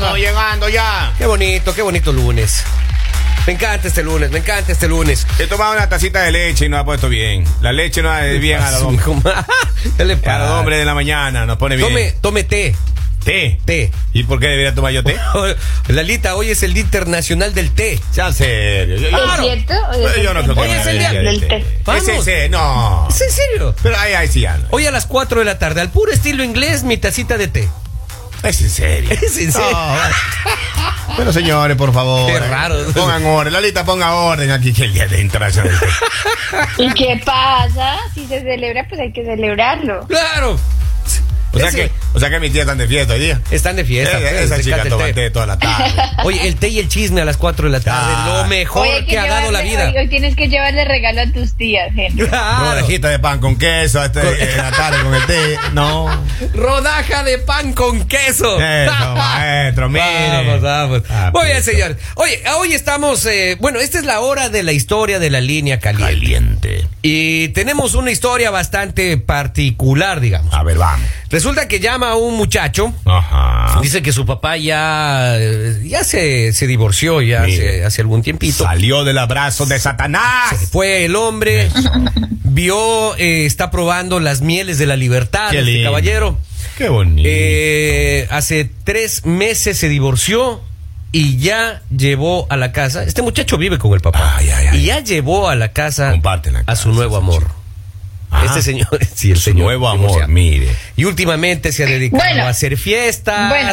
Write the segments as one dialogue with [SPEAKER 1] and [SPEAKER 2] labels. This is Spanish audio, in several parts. [SPEAKER 1] terminando ya.
[SPEAKER 2] Qué bonito, qué bonito lunes. Me encanta este lunes, me encanta este lunes.
[SPEAKER 1] He tomado una tacita de leche y nos ha puesto bien. La leche nos hace bien a los hombres.
[SPEAKER 2] ¿Qué le
[SPEAKER 1] A
[SPEAKER 2] pasa?
[SPEAKER 1] los hombres de la mañana nos pone bien.
[SPEAKER 2] Tome, tome té,
[SPEAKER 1] té.
[SPEAKER 2] té.
[SPEAKER 1] ¿Y por qué debería tomar yo té?
[SPEAKER 2] Lalita, hoy es el Día Internacional del Té.
[SPEAKER 1] Ya en serio. Yo, yo-
[SPEAKER 3] ¿Es cierto? Hoy es
[SPEAKER 1] Eh, Yo, yo no
[SPEAKER 3] el
[SPEAKER 1] creo que
[SPEAKER 2] Hoy
[SPEAKER 1] me
[SPEAKER 2] es
[SPEAKER 1] haga
[SPEAKER 2] el día
[SPEAKER 1] bien
[SPEAKER 3] del té.
[SPEAKER 1] Es
[SPEAKER 2] Vamos.
[SPEAKER 1] ese, no.
[SPEAKER 2] ¿Es en serio?
[SPEAKER 1] Pero ahí, ahí sí ya no.
[SPEAKER 2] Hoy a las 4 de la tarde, al puro estilo inglés, mi tacita de té.
[SPEAKER 1] Es en serio.
[SPEAKER 2] Es en serio.
[SPEAKER 1] No. Bueno, señores, por favor.
[SPEAKER 2] Qué raro.
[SPEAKER 1] Pongan orden. Lalita, ponga orden aquí que el día de internacional.
[SPEAKER 3] ¿Y qué pasa? Si se celebra, pues hay que celebrarlo.
[SPEAKER 2] ¡Claro!
[SPEAKER 1] O sea,
[SPEAKER 2] Ese-
[SPEAKER 1] que, o sea que mi tía está de fiesta hoy día.
[SPEAKER 2] Están de fiesta.
[SPEAKER 1] Eh,
[SPEAKER 2] pues,
[SPEAKER 1] esa
[SPEAKER 2] les
[SPEAKER 1] chica
[SPEAKER 2] encanta el
[SPEAKER 1] toma
[SPEAKER 2] té.
[SPEAKER 1] té toda la tarde.
[SPEAKER 2] Oye, el té y el chisme a las 4 de la tarde,
[SPEAKER 1] Ah.
[SPEAKER 2] lo mejor
[SPEAKER 3] Hoy hay
[SPEAKER 2] que ha dado la
[SPEAKER 3] llevarle-
[SPEAKER 2] vida.
[SPEAKER 3] Hoy, hoy tienes que llevarle regalo a tus tías, Henry.
[SPEAKER 2] Claro.
[SPEAKER 1] Rodajita de pan con queso este, en la tarde con el té. No.
[SPEAKER 2] Rodaja de pan con queso.
[SPEAKER 1] Eso, maestro, mire.
[SPEAKER 2] Vamos, vamos.
[SPEAKER 1] Ah,
[SPEAKER 2] Muy bien,
[SPEAKER 1] piso.
[SPEAKER 2] señor. Oye, hoy estamos. eh, bueno, esta es la hora de la historia de la línea caliente.
[SPEAKER 1] Caliente.
[SPEAKER 2] Y tenemos una historia bastante particular, digamos.
[SPEAKER 1] A ver, vamos.
[SPEAKER 2] Resulta que llama a un muchacho.
[SPEAKER 1] Ajá.
[SPEAKER 2] Dice que su papá ya, eh, ya se, se divorció ya
[SPEAKER 1] Mire.
[SPEAKER 2] hace, hace algún tiempito.
[SPEAKER 1] Salió del abrazo de
[SPEAKER 2] Se
[SPEAKER 1] Satanás.
[SPEAKER 2] fue el hombre, vio, eh, está probando las mieles de la libertad,
[SPEAKER 1] Qué
[SPEAKER 2] este
[SPEAKER 1] lindo.
[SPEAKER 2] caballero.
[SPEAKER 1] Qué bonito.
[SPEAKER 2] Eh, hace tres meses se divorció y ya llevó a la casa. Este muchacho vive con el papá.
[SPEAKER 1] Ay, ay, ay.
[SPEAKER 2] Y ya llevó a la casa
[SPEAKER 1] Comparten la
[SPEAKER 2] a
[SPEAKER 1] casa,
[SPEAKER 2] su nuevo
[SPEAKER 1] ese
[SPEAKER 2] amor.
[SPEAKER 1] Ah.
[SPEAKER 2] Este señor, sí, el
[SPEAKER 1] Su
[SPEAKER 2] señor
[SPEAKER 1] nuevo amor,
[SPEAKER 2] divorciado.
[SPEAKER 1] mire.
[SPEAKER 2] Y últimamente se ha dedicado
[SPEAKER 3] Bueno.
[SPEAKER 2] a hacer fiestas.
[SPEAKER 3] Bueno.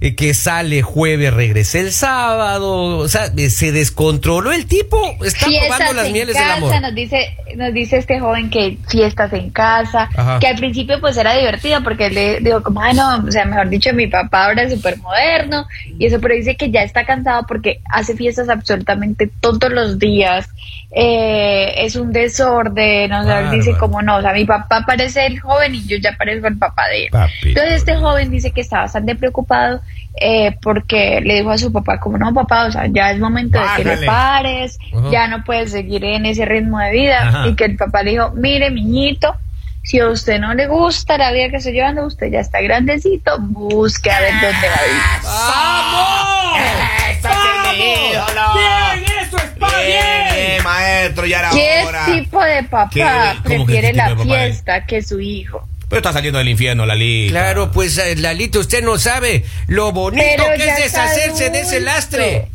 [SPEAKER 2] eh, Que sale jueves, regresa el sábado. O sea, eh, se descontroló el tipo. Está
[SPEAKER 3] Fiestas
[SPEAKER 2] probando las
[SPEAKER 3] en
[SPEAKER 2] mieles
[SPEAKER 3] casa,
[SPEAKER 2] del amor.
[SPEAKER 3] nos dice, nos dice este joven que fiestas en casa,
[SPEAKER 2] Ajá.
[SPEAKER 3] que al principio pues era divertido porque él le dijo como, ah, no, o sea, mejor dicho, mi papá ahora es súper moderno y eso, pero dice que ya está cansado porque hace fiestas absolutamente todos los días, eh, es un desorden, o sea, él dice
[SPEAKER 2] Bárbaro.
[SPEAKER 3] como no, o sea, mi papá parece el joven y yo ya parezco el papá de él.
[SPEAKER 1] Papito.
[SPEAKER 3] Entonces este joven dice que está bastante preocupado eh, porque le dijo a su papá como, no, papá, o sea, ya es momento de que
[SPEAKER 1] Bájale.
[SPEAKER 3] le pares,
[SPEAKER 2] Ajá.
[SPEAKER 3] ya no puedes seguir en ese ritmo de vida.
[SPEAKER 1] Ajá.
[SPEAKER 3] Y que el papá le dijo, mire, miñito, si a usted no le gusta la vida que estoy llevando, usted ya está grandecito, busque a ver dónde va a vivir.
[SPEAKER 2] Ah, ¡Vamos!
[SPEAKER 3] Ah.
[SPEAKER 1] ¡Eso es mi ídolo!
[SPEAKER 2] ¡Bien! ¡Eso está bien!
[SPEAKER 1] Bien, maestro, ya era
[SPEAKER 3] ¿Qué
[SPEAKER 1] hora.
[SPEAKER 3] tipo de
[SPEAKER 1] ¿Qué-
[SPEAKER 3] papá
[SPEAKER 1] cómo que
[SPEAKER 3] prefiere
[SPEAKER 1] qué
[SPEAKER 3] la
[SPEAKER 1] tipo de papá es?
[SPEAKER 3] fiesta que su hijo?
[SPEAKER 1] Pero está saliendo del infierno, Lali.
[SPEAKER 2] Claro, pues eh, Lalita, usted no sabe lo bonito
[SPEAKER 3] Pero
[SPEAKER 2] que
[SPEAKER 3] ya
[SPEAKER 2] es
[SPEAKER 3] está
[SPEAKER 2] deshacerse de ese
[SPEAKER 3] adulto.
[SPEAKER 2] lastre.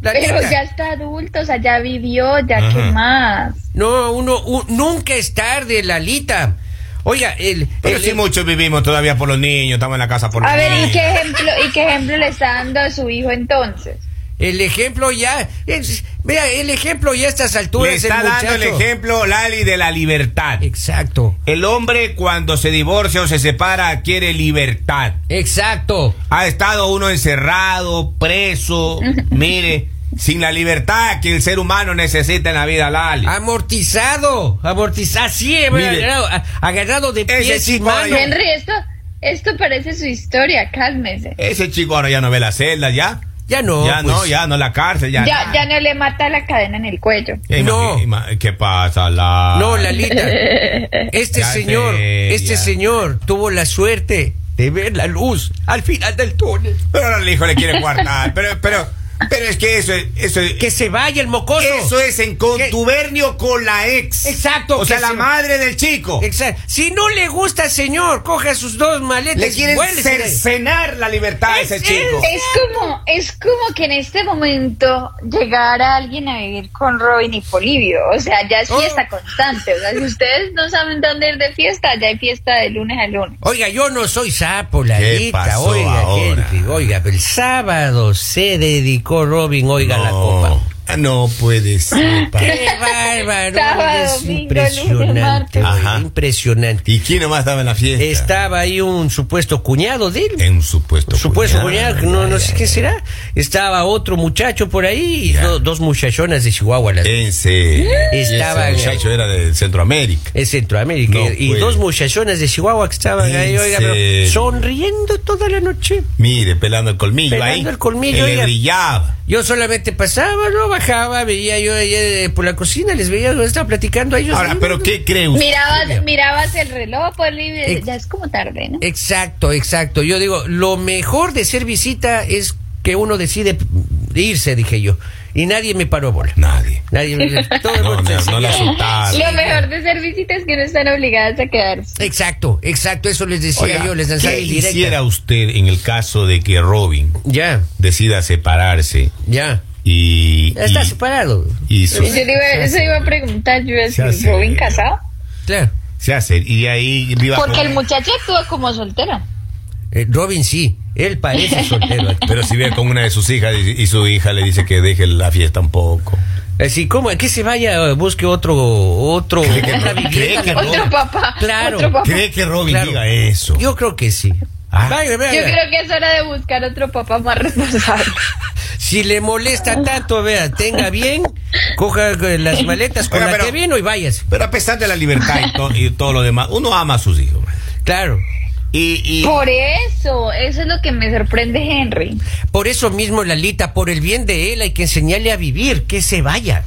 [SPEAKER 3] Pero
[SPEAKER 2] Lalita,
[SPEAKER 3] ya está adulto, o sea, ya vivió, ya
[SPEAKER 1] Ajá.
[SPEAKER 3] qué más.
[SPEAKER 2] No, uno u- nunca es tarde, Lalita. Oiga, el,
[SPEAKER 1] Pero
[SPEAKER 2] el-
[SPEAKER 1] sí, muchos vivimos todavía por los niños, estamos en la casa por los
[SPEAKER 3] A ver, ¿y
[SPEAKER 1] niños.
[SPEAKER 3] qué ejemplo, y qué ejemplo le está dando a su hijo entonces?
[SPEAKER 2] el ejemplo ya, es- vea, el ejemplo ya a estas alturas
[SPEAKER 1] Le está
[SPEAKER 2] el muchacho.
[SPEAKER 1] dando el ejemplo, Lali, de la libertad.
[SPEAKER 2] Exacto,
[SPEAKER 1] El hombre cuando se divorcia o se separa adquiere libertad.
[SPEAKER 2] exacto.
[SPEAKER 1] Ha estado uno encerrado, preso, mire, sin la libertad que el ser humano necesita en la vida, Lali.
[SPEAKER 2] Ah. Amortizado, amortizado, sí,
[SPEAKER 1] Mire.
[SPEAKER 2] agarrado, a- agarrado de
[SPEAKER 1] Ese
[SPEAKER 2] pies y
[SPEAKER 1] chico ahí-
[SPEAKER 2] manos.
[SPEAKER 3] Henry, esto, esto parece su historia, cálmese.
[SPEAKER 1] Ese chico ahora ya no ve la celda, ya.
[SPEAKER 2] Ya no,
[SPEAKER 1] ya
[SPEAKER 2] pues.
[SPEAKER 1] no, ya no la cárcel, ya.
[SPEAKER 3] Ya, ya no le mata la cadena en el cuello.
[SPEAKER 1] Eh,
[SPEAKER 2] No.
[SPEAKER 1] imagi- ima- ¿Qué pasa, Lali?
[SPEAKER 2] No, Lalita. Este
[SPEAKER 1] Ya
[SPEAKER 2] señor,
[SPEAKER 1] sé,
[SPEAKER 2] este
[SPEAKER 1] ya.
[SPEAKER 2] señor tuvo la suerte de ver la luz al final del túnel.
[SPEAKER 1] Pero ahora el hijo le quiere guardar. Pero, pero, pero es que eso, es- eso, es-
[SPEAKER 2] Que se vaya el mocoso.
[SPEAKER 1] eso es en contubernio con la ex.
[SPEAKER 2] Exacto,
[SPEAKER 1] O
[SPEAKER 2] que
[SPEAKER 1] sea, la
[SPEAKER 2] se-
[SPEAKER 1] madre del chico.
[SPEAKER 2] Exa- Si no le gusta, señor, coja sus dos maletas.
[SPEAKER 1] Le
[SPEAKER 2] y
[SPEAKER 1] quieren
[SPEAKER 2] vuélese de ahí.
[SPEAKER 1] cercenar la libertad a
[SPEAKER 2] Es-
[SPEAKER 1] ese chico.
[SPEAKER 2] es-
[SPEAKER 3] Es como, es como que en este momento llegara alguien a vivir con Robin y Polivio. O sea, ya es fiesta constante. O sea, si ustedes no saben dónde ir de fiesta, ya hay fiesta de lunes a lunes.
[SPEAKER 2] Oiga, yo no soy sapo, Lalita.
[SPEAKER 1] pasó
[SPEAKER 2] Oiga,
[SPEAKER 1] ahora?
[SPEAKER 2] gente, oiga, el sábado se dedicó Robin, oiga, la copa.
[SPEAKER 1] Ah, No puede ser. pa.
[SPEAKER 2] Qué bárbaro.
[SPEAKER 3] Sábado,
[SPEAKER 2] es
[SPEAKER 3] domingo, lunes,
[SPEAKER 2] impresionante,
[SPEAKER 3] martes.
[SPEAKER 2] oiga,
[SPEAKER 1] Ajá.
[SPEAKER 2] impresionante.
[SPEAKER 1] ¿Y quién nomás estaba en la fiesta?
[SPEAKER 2] Estaba ahí un supuesto cuñado de él.
[SPEAKER 1] En un supuesto
[SPEAKER 2] Supuesto cuñado, que no, no sé qué será. Estaba otro muchacho por ahí, y
[SPEAKER 1] Ya. Eh,
[SPEAKER 2] do- dos muchachonas de Chihuahua, las-
[SPEAKER 1] En serio. Y ese
[SPEAKER 2] Estaba-
[SPEAKER 1] muchacho era de Centroamérica.
[SPEAKER 2] en Centroamérica,
[SPEAKER 1] No,
[SPEAKER 2] y
[SPEAKER 1] pues.
[SPEAKER 2] dos muchachonas de Chihuahua que estaban
[SPEAKER 1] En
[SPEAKER 2] ahí, oiga, pero
[SPEAKER 1] serio.
[SPEAKER 2] sonriendo toda la noche.
[SPEAKER 1] Mire, pelando el colmillo
[SPEAKER 2] Pelando
[SPEAKER 1] ahí.
[SPEAKER 2] el colmillo,
[SPEAKER 1] Que le
[SPEAKER 2] oiga.
[SPEAKER 1] brillaba.
[SPEAKER 2] Yo solamente pasaba, no bajaba, veía yo ahí, eh, por la cocina, les veía, estaba platicando a ellos.
[SPEAKER 1] Ahora,
[SPEAKER 2] ahí,
[SPEAKER 1] ¿pero
[SPEAKER 2] ¿no?
[SPEAKER 1] qué cree usted?
[SPEAKER 3] Mirabas, mirabas el reloj, Polivio, ya es como tarde, ¿no?
[SPEAKER 2] Exacto, exacto. Yo digo, lo mejor de ser visita es que uno decide irse, dije yo. Y nadie me paró bola.
[SPEAKER 1] Nadie.
[SPEAKER 2] Nadie me todo el
[SPEAKER 1] No,
[SPEAKER 2] mundo
[SPEAKER 1] no,
[SPEAKER 2] se-
[SPEAKER 1] no la azotaron.
[SPEAKER 3] Lo mejor de ser visita es que no están obligadas a quedarse.
[SPEAKER 2] Exacto, exacto, eso les decía
[SPEAKER 1] Oiga,
[SPEAKER 2] yo, les lanzaba
[SPEAKER 1] ¿Qué
[SPEAKER 2] el directo.
[SPEAKER 1] hiciera usted en el caso de que Robin
[SPEAKER 2] Ya,
[SPEAKER 1] decida separarse
[SPEAKER 2] ya.
[SPEAKER 1] y,
[SPEAKER 2] Está
[SPEAKER 1] y-
[SPEAKER 2] separado.
[SPEAKER 1] y
[SPEAKER 3] Yo
[SPEAKER 1] su-
[SPEAKER 3] le iba, eso iba a preguntar, yo iba a
[SPEAKER 1] Se
[SPEAKER 3] decir,
[SPEAKER 1] hace-
[SPEAKER 3] ¿Robin casado?
[SPEAKER 2] Claro.
[SPEAKER 1] se hace y ahí viva
[SPEAKER 3] Porque
[SPEAKER 1] con-
[SPEAKER 3] el muchacho actúa como soltero.
[SPEAKER 2] Eh, Robin sí, él parece soltero. aquí.
[SPEAKER 1] pero si vive con una de sus hijas y, y su hija le dice que deje la fiesta un poco
[SPEAKER 2] Así como que se vaya, eh, busque otro, otro,
[SPEAKER 1] Cree que
[SPEAKER 2] otra
[SPEAKER 1] no, cree
[SPEAKER 2] vivienda.
[SPEAKER 1] que
[SPEAKER 2] ¿no?
[SPEAKER 3] Otro papá.
[SPEAKER 2] Claro.
[SPEAKER 3] Otro papá.
[SPEAKER 1] cree que Robin
[SPEAKER 2] Claro.
[SPEAKER 1] diga eso
[SPEAKER 2] Yo creo que sí.
[SPEAKER 1] Ah.
[SPEAKER 2] Vaya, vaya.
[SPEAKER 3] Yo creo que es hora de buscar otro papá más responsable.
[SPEAKER 2] Si le molesta tanto, vea, tenga bien, coja eh, las maletas con
[SPEAKER 1] Oiga,
[SPEAKER 2] las
[SPEAKER 1] pero-
[SPEAKER 2] que vino y váyase.
[SPEAKER 1] pero a pesar de la libertad y, to- y todo lo demás uno ama a sus hijos man.
[SPEAKER 2] Claro.
[SPEAKER 1] y, y-
[SPEAKER 3] Por eso, eso es lo que me sorprende, Henry.
[SPEAKER 2] Por eso mismo, Lalita, por el bien de él hay que enseñarle a vivir, que se vaya.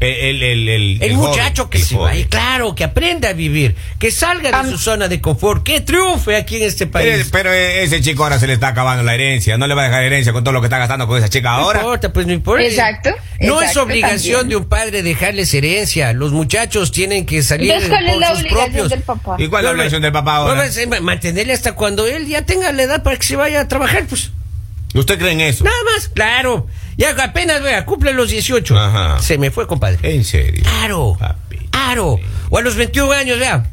[SPEAKER 1] el, el- el- el-
[SPEAKER 2] El,
[SPEAKER 1] el
[SPEAKER 2] muchacho
[SPEAKER 1] joven,
[SPEAKER 2] que
[SPEAKER 1] el
[SPEAKER 2] se
[SPEAKER 1] joven.
[SPEAKER 2] vaya, claro, que aprenda a vivir, que salga de
[SPEAKER 3] Am-
[SPEAKER 2] su zona de confort, que triunfe aquí en este
[SPEAKER 1] Eh,
[SPEAKER 2] país.
[SPEAKER 1] pero eh, ese chico ahora se le está acabando la herencia no le va a dejar herencia con todo lo que está gastando con esa chica
[SPEAKER 2] No
[SPEAKER 1] ahora
[SPEAKER 2] importa, pues no importa.
[SPEAKER 3] Exacto,
[SPEAKER 2] No es
[SPEAKER 3] exacto,
[SPEAKER 2] obligación
[SPEAKER 3] también.
[SPEAKER 2] de un padre dejarles herencia. Los muchachos tienen que salir
[SPEAKER 3] Entonces, ¿cuál es
[SPEAKER 2] por
[SPEAKER 3] la
[SPEAKER 2] sus
[SPEAKER 3] obligación
[SPEAKER 2] propios.
[SPEAKER 3] del papá?
[SPEAKER 1] ¿Y cuál es
[SPEAKER 2] No,
[SPEAKER 1] la
[SPEAKER 2] no,
[SPEAKER 1] obligación del papá
[SPEAKER 2] no,
[SPEAKER 1] ahora?
[SPEAKER 2] pues, eh, ma- mantenerle hasta cuando él ya tenga la edad para que se vaya a trabajar, pues.
[SPEAKER 1] ¿usted cree en eso?
[SPEAKER 2] Nada más, claro. Ya apenas, vea, cumple los 18.
[SPEAKER 1] Ajá.
[SPEAKER 2] Se me fue, compadre.
[SPEAKER 1] en serio
[SPEAKER 2] Aro.
[SPEAKER 1] Papi.
[SPEAKER 2] Aro. O a los 21 años, vea.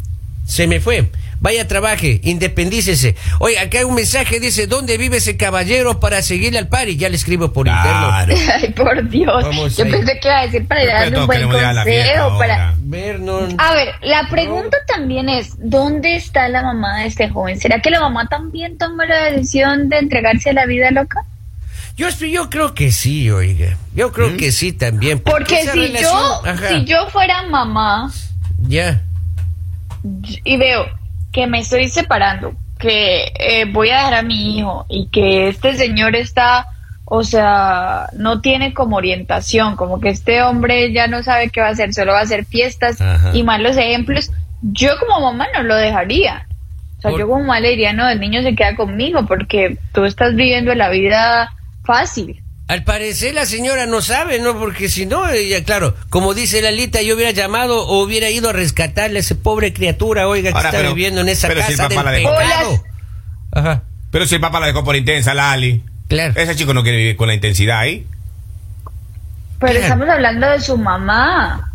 [SPEAKER 2] Se me fue. Vaya, trabaje, independícese. Oye, acá hay un mensaje, dice, ¿dónde vive ese caballero para seguirle al par? Y ya le escribo por interno.
[SPEAKER 1] claro
[SPEAKER 3] Ay, por Dios.
[SPEAKER 2] Vamos
[SPEAKER 3] Yo
[SPEAKER 2] ahí.
[SPEAKER 3] pensé que iba a decir para ir a darle
[SPEAKER 1] Todos
[SPEAKER 3] un buen
[SPEAKER 1] queremos ir a la fiesta
[SPEAKER 3] consejo. Para...
[SPEAKER 1] ahora.
[SPEAKER 2] Vernon.
[SPEAKER 3] A ver, la pregunta también es, ¿dónde está la mamá de este joven? ¿Será que la mamá también tomó la decisión de entregarse a la vida loca?
[SPEAKER 2] Yo, esp- yo creo que sí, oiga. Yo creo
[SPEAKER 1] ¿Mm?
[SPEAKER 2] que sí también.
[SPEAKER 3] Porque
[SPEAKER 2] esa
[SPEAKER 3] si
[SPEAKER 2] relación-
[SPEAKER 3] yo,
[SPEAKER 2] Ajá,
[SPEAKER 3] si yo fuera mamá
[SPEAKER 2] Ya.
[SPEAKER 3] y veo que me estoy separando, que eh, voy a dejar a mi hijo y que este señor está, o sea, no tiene como orientación, como que este hombre ya no sabe qué va a hacer, solo va a hacer fiestas
[SPEAKER 1] Ajá.
[SPEAKER 3] y malos ejemplos, yo como mamá no lo dejaría. O sea,
[SPEAKER 2] Por-
[SPEAKER 3] yo como mamá le diría, no, el niño se queda conmigo porque tú estás viviendo la vida fácil.
[SPEAKER 2] Al parecer la señora no sabe, ¿no? Porque si no, ella, claro, como dice Lalita, yo hubiera llamado o hubiera ido a rescatarle a esa pobre criatura, oiga, que
[SPEAKER 1] Ahora,
[SPEAKER 2] está
[SPEAKER 1] pero-
[SPEAKER 2] viviendo en esa
[SPEAKER 1] pero si el
[SPEAKER 2] casa
[SPEAKER 1] papá la
[SPEAKER 2] del
[SPEAKER 1] dejó.
[SPEAKER 2] pecado. Ajá,
[SPEAKER 1] Pero si el papá la dejó por intensa, Lali.
[SPEAKER 2] claro.
[SPEAKER 1] Ese chico no quiere vivir con la intensidad ahí.
[SPEAKER 3] Pero
[SPEAKER 2] Claro.
[SPEAKER 3] estamos hablando de su mamá.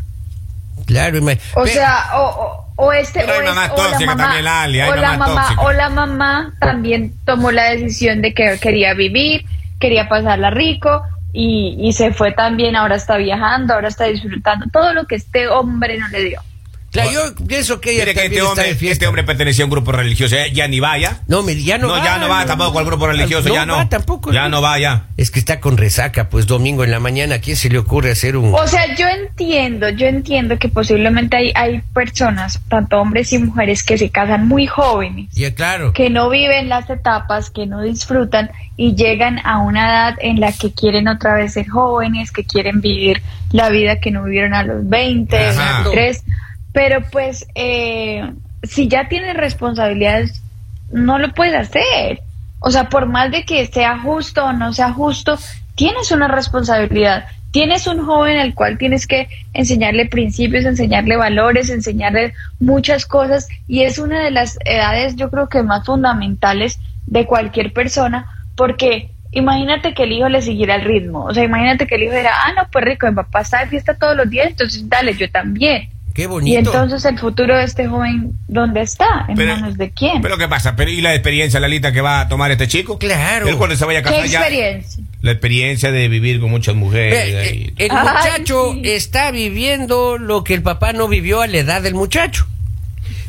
[SPEAKER 2] Claro, ima-
[SPEAKER 3] O
[SPEAKER 2] Pero-
[SPEAKER 3] sea, o, o, o este
[SPEAKER 1] Pero hay
[SPEAKER 3] o es-
[SPEAKER 1] mamás
[SPEAKER 3] o la
[SPEAKER 1] tóxicas
[SPEAKER 3] mamá-
[SPEAKER 1] también, Lali, hay
[SPEAKER 3] o la
[SPEAKER 1] mamás
[SPEAKER 3] mamá
[SPEAKER 1] tóxicas.
[SPEAKER 3] o la mamá también tomó la decisión de que quería vivir, quería pasarla rico y, y se fue también, ahora está viajando, ahora está disfrutando todo lo que este hombre no le dio.
[SPEAKER 2] claro, yo pienso que ella
[SPEAKER 1] Mire que
[SPEAKER 2] también
[SPEAKER 1] este
[SPEAKER 2] está
[SPEAKER 1] hombre,
[SPEAKER 2] de fiesta.
[SPEAKER 1] este hombre pertenecía a un grupo religioso. Ya, ya ni vaya.
[SPEAKER 2] No, me- ya no,
[SPEAKER 1] No,
[SPEAKER 2] va.
[SPEAKER 1] ya no va tampoco al grupo religioso. ya no.
[SPEAKER 2] va tampoco.
[SPEAKER 1] Ya no va, ya.
[SPEAKER 2] Es que está con resaca, pues domingo en la mañana, ¿a quién se le ocurre hacer un...
[SPEAKER 3] O sea, yo entiendo, yo entiendo que posiblemente hay, hay personas, tanto hombres y mujeres, que se casan muy jóvenes.
[SPEAKER 2] Ya, claro.
[SPEAKER 3] que no viven las etapas, que no disfrutan y llegan a una edad en la que quieren otra vez ser jóvenes, que quieren vivir la vida que no vivieron a los 20,
[SPEAKER 1] Ajá.
[SPEAKER 3] a los 3. Pero pues, eh, si ya tienes responsabilidades, no lo puedes hacer. O sea, por más de que sea justo o no sea justo, tienes una responsabilidad. Tienes un joven al cual tienes que enseñarle principios, enseñarle valores, enseñarle muchas cosas y es una de las edades yo creo que más fundamentales de cualquier persona porque imagínate que el hijo le siguiera el ritmo, o sea, imagínate que el hijo era, ah, no, pues rico, mi papá está de fiesta todos los días, entonces dale, yo también.
[SPEAKER 2] Qué
[SPEAKER 3] Y
[SPEAKER 2] bonito.
[SPEAKER 3] entonces el futuro de este joven, ¿dónde está? ¿En
[SPEAKER 1] Pero-
[SPEAKER 3] manos de quién?
[SPEAKER 1] Pero ¿qué pasa? Pero, ¿Y la experiencia, Lalita, que va a tomar este chico?
[SPEAKER 2] Claro.
[SPEAKER 1] Él cuando se vaya a
[SPEAKER 3] ¿Qué
[SPEAKER 1] casar ya.
[SPEAKER 3] experiencia?
[SPEAKER 1] La experiencia de vivir con muchas mujeres.
[SPEAKER 2] Ve,
[SPEAKER 1] ahí.
[SPEAKER 2] eh, el
[SPEAKER 3] Ay,
[SPEAKER 2] muchacho
[SPEAKER 3] sí.
[SPEAKER 2] está viviendo lo que el papá no vivió a la edad del muchacho.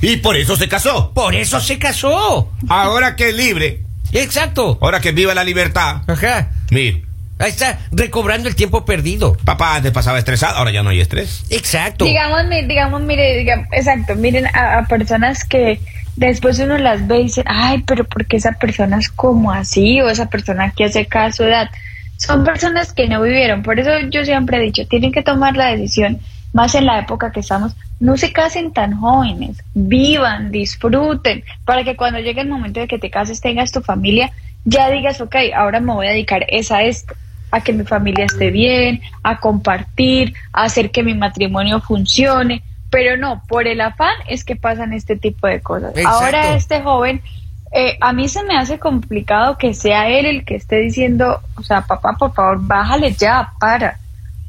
[SPEAKER 1] y por eso se casó.
[SPEAKER 2] Por eso se casó.
[SPEAKER 1] Ahora que es libre,
[SPEAKER 2] Exacto.
[SPEAKER 1] ahora que viva la libertad.
[SPEAKER 2] Ajá.
[SPEAKER 1] Mire,
[SPEAKER 2] Ahí está, recobrando el tiempo perdido.
[SPEAKER 1] papá antes pasaba estresado, ahora ya no hay estrés.
[SPEAKER 2] Exacto.
[SPEAKER 3] Digamos, mi- digamos, mire, digamos, exacto, miren a, a personas que después uno las ve y dice, ay, pero ¿por qué esa persona es como así? O esa persona que hace cada su edad. Son personas que no vivieron, por eso yo siempre he dicho, tienen que tomar la decisión, más en la época que estamos, no se casen tan jóvenes, vivan, disfruten, para que cuando llegue el momento de que te cases tengas tu familia ya digas, ok, ahora me voy a dedicar es a esto, a que mi familia esté bien, a compartir, a hacer que mi matrimonio funcione, pero no, por el afán es que pasan este tipo de cosas.
[SPEAKER 2] Exacto.
[SPEAKER 3] Ahora este joven, eh, a mí se me hace complicado que sea él el que esté diciendo, o sea, papá, por favor, bájale ya, para.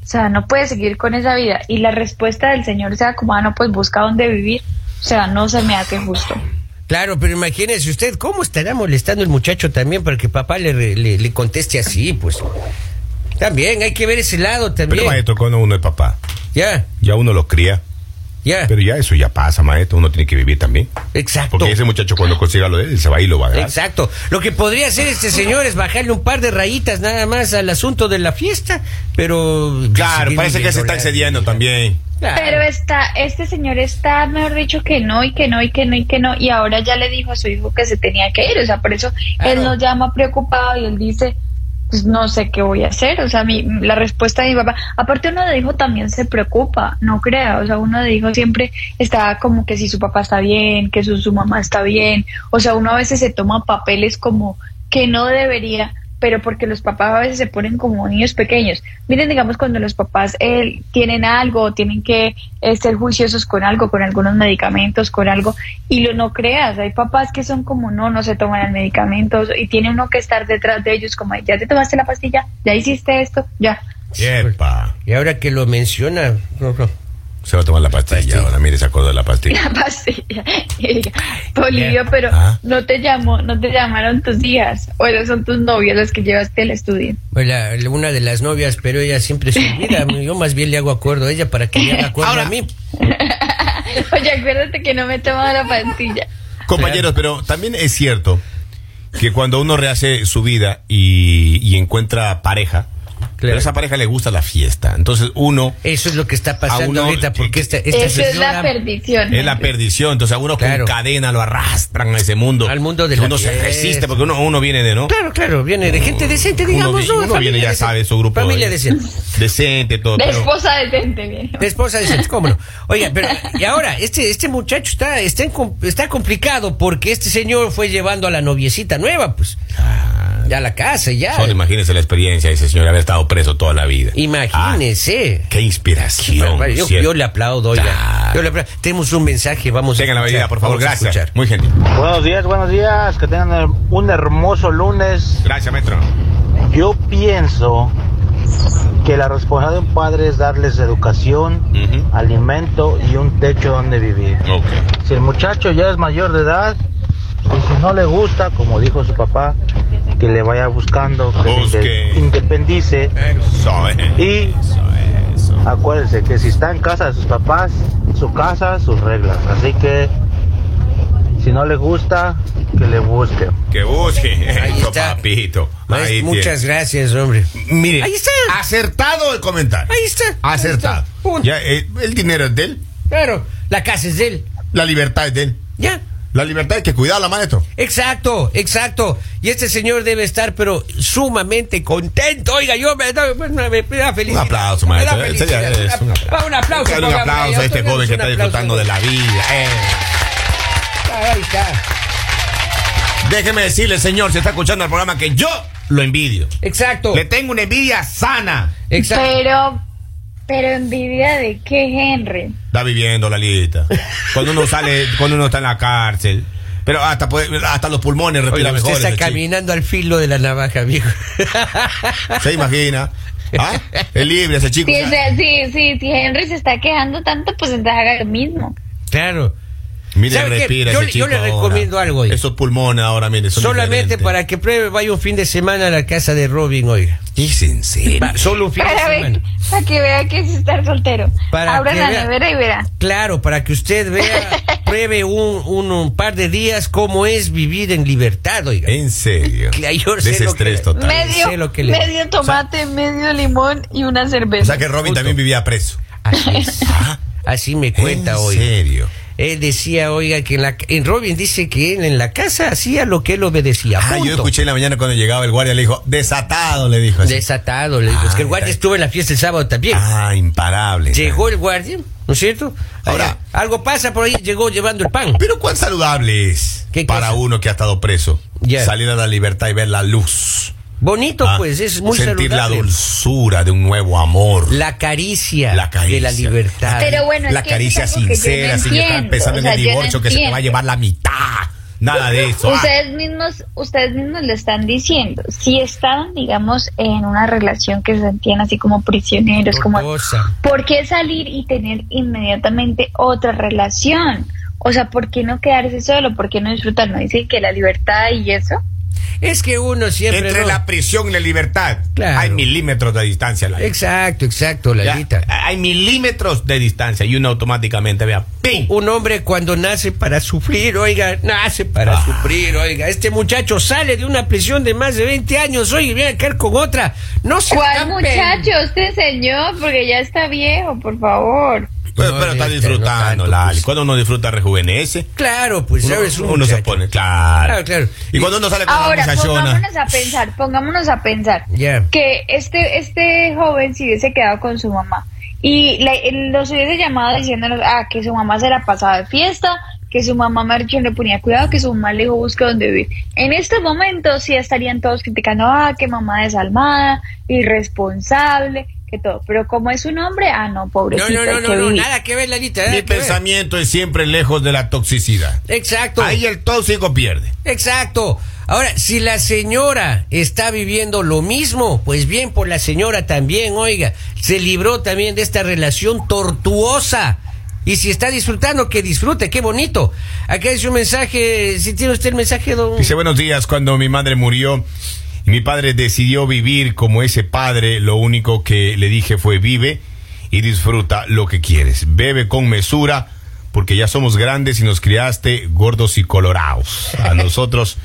[SPEAKER 3] O sea, no puede seguir con esa vida. Y la respuesta del Señor sea como, ah, no, pues busca dónde vivir. O sea, no se me hace justo.
[SPEAKER 2] Claro, pero imagínese usted cómo estará molestando el muchacho también para que papá le, re- le, le conteste así, pues. También hay que ver ese lado
[SPEAKER 1] Pero
[SPEAKER 2] también.
[SPEAKER 1] maestro, cuando uno es papá,
[SPEAKER 2] ya,
[SPEAKER 1] ya uno lo cría.
[SPEAKER 2] ya.
[SPEAKER 1] Pero ya eso ya pasa, maestro. Uno tiene que vivir también.
[SPEAKER 2] Exacto.
[SPEAKER 1] Porque ese muchacho cuando consiga lo de él, se va y lo va a dejar.
[SPEAKER 2] Exacto. Lo que podría hacer este señor es bajarle un par de rayitas nada más al asunto de la fiesta, pero...
[SPEAKER 1] Claro, parece que se está excediendo también.
[SPEAKER 2] Claro.
[SPEAKER 3] Pero está, este señor está, mejor dicho, que no, y que no, y que no, y que no, y ahora ya le dijo a su hijo que se tenía que ir, o sea, por eso
[SPEAKER 2] Claro.
[SPEAKER 3] él nos llama preocupado y él dice, pues no sé qué voy a hacer, o sea, mi, la respuesta de mi papá, aparte uno de hijo también se preocupa, no crea, o sea, uno de hijo siempre está como que si su papá está bien, que su, su mamá está bien, o sea, uno a veces se toma papeles como que no debería, pero porque los papás a veces se ponen como niños pequeños. Miren, digamos, cuando los papás eh, tienen algo, o tienen que eh, ser juiciosos con algo, con algunos medicamentos, con algo, y lo no creas, hay papás que son como, no, no se toman el medicamento, y tiene uno que estar detrás de ellos, como, ya te tomaste la pastilla, ya hiciste esto, ya.
[SPEAKER 1] Epa.
[SPEAKER 2] Y ahora que lo menciona... no, no.
[SPEAKER 1] Se va a tomar la pastilla ahora. Mire, se acordó de la pastilla.
[SPEAKER 3] La pastilla. Y diga, Polivio, pero
[SPEAKER 1] Ah.
[SPEAKER 3] no te llamó, no te llamaron tus hijas, o esos son tus novios los que llevaste al estudio.
[SPEAKER 2] Pues la- la- una de las novias, pero ella siempre se olvida. Yo más bien le hago acuerdo a ella para que me haga acuerdo a mí.
[SPEAKER 3] Oye, acuérdate que no me he tomado la pastilla.
[SPEAKER 1] Compañeros, pero también es cierto que cuando uno rehace su vida y, y encuentra pareja, pero a esa pareja le gusta la fiesta. Entonces uno
[SPEAKER 2] Eso es lo que está pasando
[SPEAKER 1] uno-
[SPEAKER 2] ahorita, porque esta, esta
[SPEAKER 3] Eso es la
[SPEAKER 2] señora-
[SPEAKER 3] perdición.
[SPEAKER 1] es la perdición. Entonces a uno
[SPEAKER 2] Claro.
[SPEAKER 1] con cadena lo arrastran a ese mundo.
[SPEAKER 2] Al mundo de
[SPEAKER 1] Que
[SPEAKER 2] la
[SPEAKER 1] Uno se
[SPEAKER 2] fiesta.
[SPEAKER 1] resiste porque uno, uno viene de, ¿no?
[SPEAKER 2] Claro, claro, viene de gente decente,
[SPEAKER 1] Uno
[SPEAKER 2] digamos.
[SPEAKER 1] vi-
[SPEAKER 2] ¿no?
[SPEAKER 1] uno,
[SPEAKER 2] Familia
[SPEAKER 1] viene, ya
[SPEAKER 2] decente.
[SPEAKER 1] sabe, su grupo.
[SPEAKER 2] Familia
[SPEAKER 1] de-
[SPEAKER 2] decente.
[SPEAKER 1] Decente, todo.
[SPEAKER 3] De
[SPEAKER 1] pero-
[SPEAKER 3] esposa decente, bien.
[SPEAKER 2] De esposa decente, cómo no. Oiga, pero y ahora, este, este muchacho está, está, en com- está complicado porque este señor fue llevando a la noviecita nueva, pues.
[SPEAKER 1] Ah,
[SPEAKER 2] Ya a la casa, ya.
[SPEAKER 1] solo imagínese la experiencia de ese señor haber estado preso toda la vida.
[SPEAKER 2] Imagínese.
[SPEAKER 1] Ah, qué inspiración.
[SPEAKER 2] Barbaridad. yo,
[SPEAKER 1] ¿cierto?
[SPEAKER 2] yo le aplaudo, oiga.
[SPEAKER 1] Claro.
[SPEAKER 2] Yo le apla- Tenemos un mensaje, vamos
[SPEAKER 1] Tengan la
[SPEAKER 2] escuchar,
[SPEAKER 1] medida, por favor.
[SPEAKER 2] vamos a
[SPEAKER 1] Gracias.
[SPEAKER 2] escuchar.
[SPEAKER 1] Muy gentil.
[SPEAKER 4] Buenos días, buenos días, que tengan un hermoso lunes.
[SPEAKER 1] Gracias, maestro.
[SPEAKER 4] Yo pienso que la responsabilidad de un padre es darles educación,
[SPEAKER 1] Ujú.
[SPEAKER 4] alimento y un techo donde vivir.
[SPEAKER 1] Ok.
[SPEAKER 4] Si el muchacho ya es mayor de edad y si no le gusta, como dijo su papá, que le vaya buscando, que se
[SPEAKER 1] Busque.
[SPEAKER 4] inde- independice.
[SPEAKER 1] Eso es.
[SPEAKER 4] Y- Ah.
[SPEAKER 1] Eso es. eso es.
[SPEAKER 4] Acuérdense que si está en casa de sus papás, su casa, sus reglas. Así que si no le gusta, que le busque.
[SPEAKER 1] Que busque.
[SPEAKER 2] Ahí
[SPEAKER 1] Eso,
[SPEAKER 2] está.
[SPEAKER 1] papito.
[SPEAKER 2] Maestro,
[SPEAKER 1] Ahí tiene.
[SPEAKER 2] muchas gracias, hombre.
[SPEAKER 1] Mire,
[SPEAKER 2] Ahí está.
[SPEAKER 1] acertado el comentario.
[SPEAKER 2] Ahí está.
[SPEAKER 1] Acertado.
[SPEAKER 2] Ahí está. Punto.
[SPEAKER 1] Ya, eh, el dinero es de él,
[SPEAKER 2] Claro, la casa es de él.
[SPEAKER 1] la libertad es de él.
[SPEAKER 2] Ya.
[SPEAKER 1] La libertad hay que cuidarla, maestro.
[SPEAKER 2] Exacto, exacto. Y este señor debe estar, pero sumamente contento. Oiga, yo me, da- bueno, me- me da felicidad.
[SPEAKER 1] Un aplauso,
[SPEAKER 2] Me da
[SPEAKER 1] maestro.
[SPEAKER 2] felicidad.
[SPEAKER 1] Sería- es un aplauso.
[SPEAKER 2] Un aplauso,
[SPEAKER 1] Dale un
[SPEAKER 2] papá,
[SPEAKER 1] aplauso
[SPEAKER 2] vaya,
[SPEAKER 1] a este
[SPEAKER 2] otra vez
[SPEAKER 1] joven que
[SPEAKER 2] un
[SPEAKER 1] está
[SPEAKER 2] aplauso.
[SPEAKER 1] disfrutando de la vida. eh.
[SPEAKER 2] Ahí está.
[SPEAKER 1] Déjeme decirle, señor, si está escuchando el programa, que yo lo envidio.
[SPEAKER 2] Exacto.
[SPEAKER 1] Le tengo una envidia sana.
[SPEAKER 2] Exacto.
[SPEAKER 3] Pero, pero envidia de qué, Henry.
[SPEAKER 1] Está viviendo la lista. Cuando uno sale, cuando uno está en la cárcel. Pero hasta, puede- hasta los pulmones respira
[SPEAKER 2] Oiga,
[SPEAKER 1] mejor.
[SPEAKER 2] usted está
[SPEAKER 1] ese chico.
[SPEAKER 2] caminando al filo de la navaja, viejo.
[SPEAKER 1] Se imagina. ¿Ah? Es libre ese chico.
[SPEAKER 3] Si,
[SPEAKER 1] ya.
[SPEAKER 3] ese- si, si, si Henry se está quejando tanto, pues entonces haga lo mismo.
[SPEAKER 2] claro.
[SPEAKER 1] Mire,
[SPEAKER 2] ¿Sabe qué?
[SPEAKER 1] respira
[SPEAKER 2] Yo
[SPEAKER 1] ese
[SPEAKER 2] le- yo
[SPEAKER 1] chico
[SPEAKER 2] le
[SPEAKER 1] ahora.
[SPEAKER 2] recomiendo algo, oiga.
[SPEAKER 1] Esos pulmones ahora, mire. son
[SPEAKER 2] Solamente
[SPEAKER 1] diferentes.
[SPEAKER 2] para que pruebe, vaya un fin de semana a la casa de Robin, oiga.
[SPEAKER 1] Es en serio.
[SPEAKER 2] Va, solo un fin de
[SPEAKER 3] Para, ver,
[SPEAKER 2] semana.
[SPEAKER 3] para que vea que es estar soltero.
[SPEAKER 2] Para
[SPEAKER 3] Abra
[SPEAKER 2] que
[SPEAKER 3] la
[SPEAKER 2] vea.
[SPEAKER 3] nevera y verá.
[SPEAKER 2] Claro, para que usted vea, pruebe un, un, un par de días cómo es vivir en libertad, oiga.
[SPEAKER 1] En serio.
[SPEAKER 2] Claro, yo sé
[SPEAKER 1] Desestrés
[SPEAKER 2] lo que-
[SPEAKER 1] total.
[SPEAKER 2] sé
[SPEAKER 3] Medio,
[SPEAKER 2] lo que le-
[SPEAKER 3] medio tomate, medio limón y una
[SPEAKER 1] O
[SPEAKER 3] cerveza.
[SPEAKER 1] sea que Robin
[SPEAKER 2] Justo.
[SPEAKER 1] también vivía preso.
[SPEAKER 2] Así es.
[SPEAKER 1] Ah.
[SPEAKER 2] Así me Ah, cuenta
[SPEAKER 1] en
[SPEAKER 2] hoy.
[SPEAKER 1] serio.
[SPEAKER 2] Él decía, oiga, que en la en Robin dice que él en la casa hacía lo que él obedecía.
[SPEAKER 1] Ah, yo
[SPEAKER 2] punto.
[SPEAKER 1] escuché en la mañana cuando llegaba el guardia, le dijo, desatado, le dijo así.
[SPEAKER 2] Desatado. le digo, es que el
[SPEAKER 1] Ah,
[SPEAKER 2] guardia
[SPEAKER 1] está-
[SPEAKER 2] estuvo en la fiesta el sábado también.
[SPEAKER 1] Ah, imparable.
[SPEAKER 2] Llegó el guardia, ¿no es cierto?
[SPEAKER 1] Ahora-
[SPEAKER 2] Allá, algo pasa por ahí, llegó llevando el pan.
[SPEAKER 1] Pero cuán saludable es
[SPEAKER 2] ¿Qué
[SPEAKER 1] para
[SPEAKER 2] cosa?
[SPEAKER 1] uno que ha estado preso.
[SPEAKER 2] Ya.
[SPEAKER 1] salir a la libertad y ver la luz.
[SPEAKER 2] Bonito,
[SPEAKER 1] Ah,
[SPEAKER 2] pues, es muy
[SPEAKER 1] sentir
[SPEAKER 2] saludable.
[SPEAKER 1] la dulzura de un nuevo amor.
[SPEAKER 2] La caricia,
[SPEAKER 1] La caricia.
[SPEAKER 2] de la libertad.
[SPEAKER 3] Pero bueno, es
[SPEAKER 1] la
[SPEAKER 3] que
[SPEAKER 1] caricia
[SPEAKER 3] eso es algo que yo
[SPEAKER 1] sincera,
[SPEAKER 3] no
[SPEAKER 1] sin estar
[SPEAKER 3] entiendo.
[SPEAKER 1] pensando
[SPEAKER 3] O sea,
[SPEAKER 1] en el
[SPEAKER 3] yo no
[SPEAKER 1] divorcio que se te va a
[SPEAKER 3] entiendo.
[SPEAKER 1] llevar la mitad. Nada de eso. Ah,
[SPEAKER 3] Ustedes mismos, ustedes mismos lo están diciendo. Si estaban, digamos, en una relación que se sentían así como prisioneros, como
[SPEAKER 2] Tortuosa.
[SPEAKER 3] ¿por qué salir y tener inmediatamente otra relación? O sea, ¿por qué no quedarse solo? ¿Por qué no disfrutar? ¿No dicen que la libertad y eso?
[SPEAKER 2] Es que uno siempre.
[SPEAKER 1] entre
[SPEAKER 2] ¿no?
[SPEAKER 1] la prisión y la libertad
[SPEAKER 2] Claro.
[SPEAKER 1] hay milímetros de distancia. Lalita.
[SPEAKER 2] Exacto, exacto,
[SPEAKER 1] Ya,
[SPEAKER 2] Lalita.
[SPEAKER 1] Hay milímetros de distancia y uno automáticamente vea, ¡ping!
[SPEAKER 2] Un hombre cuando nace para sufrir, oiga, nace para
[SPEAKER 1] Ah.
[SPEAKER 2] sufrir, oiga. Este muchacho sale de una prisión de más de 20 años, oye, viene a caer con otra. No se
[SPEAKER 3] ¿Cuál muchacho? Usted señor, porque ya está viejo, por favor.
[SPEAKER 1] Pero,
[SPEAKER 2] No,
[SPEAKER 1] pero está
[SPEAKER 2] Lalita, no
[SPEAKER 1] disfrutando,
[SPEAKER 2] tanto,
[SPEAKER 1] Lali.
[SPEAKER 2] pues.
[SPEAKER 1] Cuando uno disfruta rejuvenece,
[SPEAKER 2] Claro, pues
[SPEAKER 1] uno,
[SPEAKER 2] sabes, un
[SPEAKER 1] uno se
[SPEAKER 2] muchacho.
[SPEAKER 1] pone, claro.
[SPEAKER 2] Claro, claro.
[SPEAKER 1] Y cuando uno sale con
[SPEAKER 3] Ahora,
[SPEAKER 1] una muchachona,
[SPEAKER 3] pongámonos a pensar, pongámonos a pensar
[SPEAKER 2] Ya.
[SPEAKER 3] que este, este joven si hubiese quedado con su mamá y le- los hubiese llamado diciéndonos ah, que su mamá se la pasaba de fiesta, que su mamá Marchón le ponía cuidado, que su mamá le dijo busca dónde vivir. En este momento sí estarían todos criticando, ah, que mamá desalmada, irresponsable, que todo. Pero como es un hombre, ah, no,
[SPEAKER 2] No,
[SPEAKER 3] pobrecito.
[SPEAKER 2] no, no,
[SPEAKER 3] hay que
[SPEAKER 2] no, no,
[SPEAKER 3] vivir.
[SPEAKER 2] nada que ver, Lalita. nada
[SPEAKER 1] mi
[SPEAKER 2] que ver.
[SPEAKER 1] pensamiento es siempre lejos de la toxicidad.
[SPEAKER 2] Exacto.
[SPEAKER 1] Ahí el tóxico pierde.
[SPEAKER 2] Exacto. Ahora, si la señora está viviendo lo mismo, pues bien por la señora también, oiga, se libró también de esta relación tortuosa. Y si está disfrutando, que disfrute, qué bonito. Acá dice un mensaje, si tiene usted el mensaje, don...
[SPEAKER 1] Dice, buenos días, cuando mi madre murió y mi padre decidió vivir como ese padre, lo único que le dije fue vive y disfruta lo que quieres. Bebe con mesura, porque ya somos grandes y nos criaste gordos y colorados. A nosotros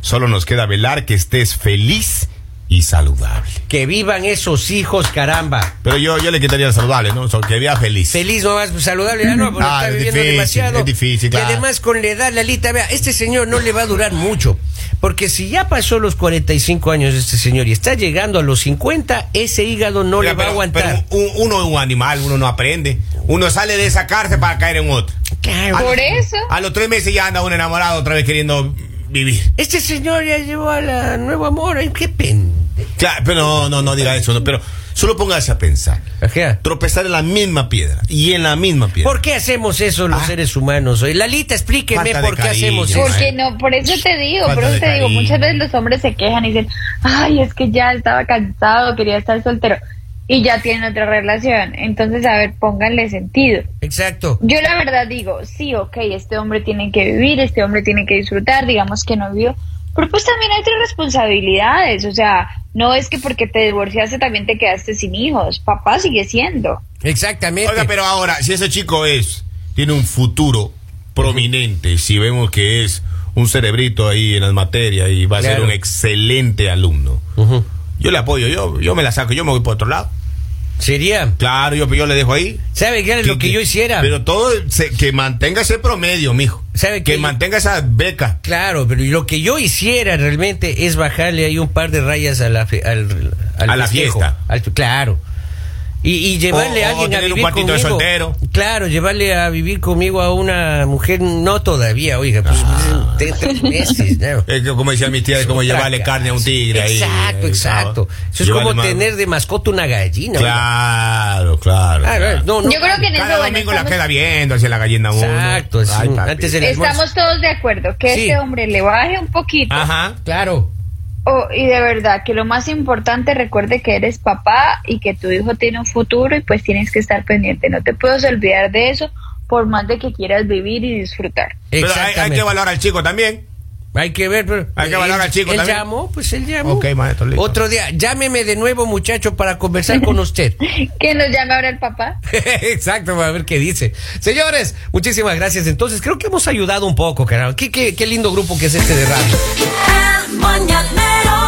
[SPEAKER 1] solo nos queda velar que estés feliz y saludable.
[SPEAKER 2] Que vivan esos hijos, caramba.
[SPEAKER 1] Pero yo, yo le quitaría el saludable, ¿no? O sea, que viva feliz.
[SPEAKER 2] Feliz nomás, pues, saludable, ya no, porque
[SPEAKER 1] Ah,
[SPEAKER 2] está
[SPEAKER 1] es
[SPEAKER 2] viviendo
[SPEAKER 1] difícil,
[SPEAKER 2] demasiado.
[SPEAKER 1] es difícil, claro.
[SPEAKER 2] Y además con la edad, Lalita, vea, este señor no le va a durar mucho. Porque si ya pasó los 45 años de este señor y está llegando a los 50, ese hígado no
[SPEAKER 1] Mira,
[SPEAKER 2] le va a aguantar.
[SPEAKER 1] pero un- uno es un animal, uno no aprende. Uno sale de esa cárcel para caer en otra. ah,
[SPEAKER 2] Claro.
[SPEAKER 3] Por eso.
[SPEAKER 1] A los tres meses ya anda un enamorado otra vez queriendo vivir.
[SPEAKER 2] Este señor ya llevó a la nuevo amor. ay, qué pena.
[SPEAKER 1] Claro, pero no, no, no diga eso, no, pero solo póngase a pensar.
[SPEAKER 2] Ajá.
[SPEAKER 1] Tropezar en la misma piedra y en la misma piedra.
[SPEAKER 2] ¿Por qué hacemos eso los
[SPEAKER 1] Ah.
[SPEAKER 2] seres humanos hoy? Lalita, explíqueme
[SPEAKER 1] Falta de
[SPEAKER 2] por qué
[SPEAKER 1] cariño, ¿eh?
[SPEAKER 2] hacemos
[SPEAKER 1] ¿no?
[SPEAKER 2] eso.
[SPEAKER 3] Porque no, por eso te digo,
[SPEAKER 1] Falta
[SPEAKER 3] por eso
[SPEAKER 1] de
[SPEAKER 3] te digo,
[SPEAKER 1] cariño.
[SPEAKER 3] muchas veces los hombres se quejan y dicen, ay, es que ya estaba cansado, quería estar soltero, y ya tienen otra relación. Entonces, a ver, pónganle sentido.
[SPEAKER 2] Exacto.
[SPEAKER 3] Yo la verdad digo, sí, ok, este hombre tiene que vivir, este hombre tiene que disfrutar, digamos que no vivió, pero pues también hay otras responsabilidades, o sea, no es que porque te divorciaste también te quedaste sin hijos, papá sigue siendo.
[SPEAKER 2] Exactamente.
[SPEAKER 1] Oiga, pero ahora, si ese chico es, tiene un futuro prominente, si vemos que es un cerebrito ahí en las materias y va a
[SPEAKER 2] Claro.
[SPEAKER 1] ser un excelente alumno,
[SPEAKER 2] Ujú.
[SPEAKER 1] yo le apoyo, yo, yo me la saco, yo me voy por otro lado.
[SPEAKER 2] Sería.
[SPEAKER 1] Claro, yo, yo le dejo ahí.
[SPEAKER 2] ¿Sabe qué es lo que yo hiciera?
[SPEAKER 1] Pero todo, se- que mantenga ese promedio, mijo.
[SPEAKER 2] ¿Sabe
[SPEAKER 1] que
[SPEAKER 2] qué?
[SPEAKER 1] mantenga esa beca.
[SPEAKER 2] Claro, pero lo que yo hiciera realmente es bajarle ahí un par de rayas a la, fe- al, al
[SPEAKER 1] A la
[SPEAKER 2] festejo,
[SPEAKER 1] fiesta.
[SPEAKER 2] al- claro. Y, y llevarle
[SPEAKER 1] O-
[SPEAKER 2] a
[SPEAKER 1] o
[SPEAKER 2] alguien a
[SPEAKER 1] tener un
[SPEAKER 2] vivir
[SPEAKER 1] cuartito de
[SPEAKER 2] conmigo.
[SPEAKER 1] soltero.
[SPEAKER 2] Claro, llevarle a vivir conmigo a una mujer, no todavía, oiga, pues
[SPEAKER 1] Ah.
[SPEAKER 2] te- tres meses, ¿no?
[SPEAKER 1] Es que como decía mi tía, es como llevarle carne a un tigre. ahí,
[SPEAKER 2] Exacto,
[SPEAKER 1] ahí,
[SPEAKER 2] exacto.
[SPEAKER 1] ¿sabes?
[SPEAKER 2] Eso es
[SPEAKER 1] Llevarle
[SPEAKER 2] como
[SPEAKER 1] más-
[SPEAKER 2] tener de mascota una gallina. oiga.
[SPEAKER 1] Claro, claro.
[SPEAKER 2] Ah,
[SPEAKER 1] claro.
[SPEAKER 2] no, no.
[SPEAKER 3] Yo creo que en
[SPEAKER 1] Cada
[SPEAKER 3] eso, bueno,
[SPEAKER 1] domingo la
[SPEAKER 3] estamos-
[SPEAKER 1] queda viendo hacia la gallina uno.
[SPEAKER 2] Exacto, es
[SPEAKER 1] Ay,
[SPEAKER 2] un-
[SPEAKER 1] papi.
[SPEAKER 2] antes del almuerzo.
[SPEAKER 3] Estamos todos de acuerdo que
[SPEAKER 2] Sí.
[SPEAKER 3] este hombre le baje un poquito.
[SPEAKER 1] Ajá.
[SPEAKER 2] Claro.
[SPEAKER 3] Oh, y de verdad que lo más importante recuerde que eres papá y que tu hijo tiene un futuro y pues tienes que estar pendiente. No te puedes olvidar de eso por más de que quieras vivir y disfrutar.
[SPEAKER 1] Pero hay- hay,
[SPEAKER 2] exactamente.
[SPEAKER 1] que valorar al chico también.
[SPEAKER 2] Hay que ver, pero.
[SPEAKER 1] Hay que valorar
[SPEAKER 2] él-
[SPEAKER 1] al chico
[SPEAKER 2] Él
[SPEAKER 1] también.
[SPEAKER 2] llamó, pues él llamó.
[SPEAKER 1] Ok, maestro, listo.
[SPEAKER 2] Otro día, llámeme de nuevo, muchacho, para conversar con usted.
[SPEAKER 3] Que nos llame ahora el papá.
[SPEAKER 2] Exacto, para ver qué dice. Señores, muchísimas gracias. Entonces, creo que hemos ayudado un poco, carajo. Qué, qué, qué lindo grupo que es este de radio.
[SPEAKER 5] El mañanero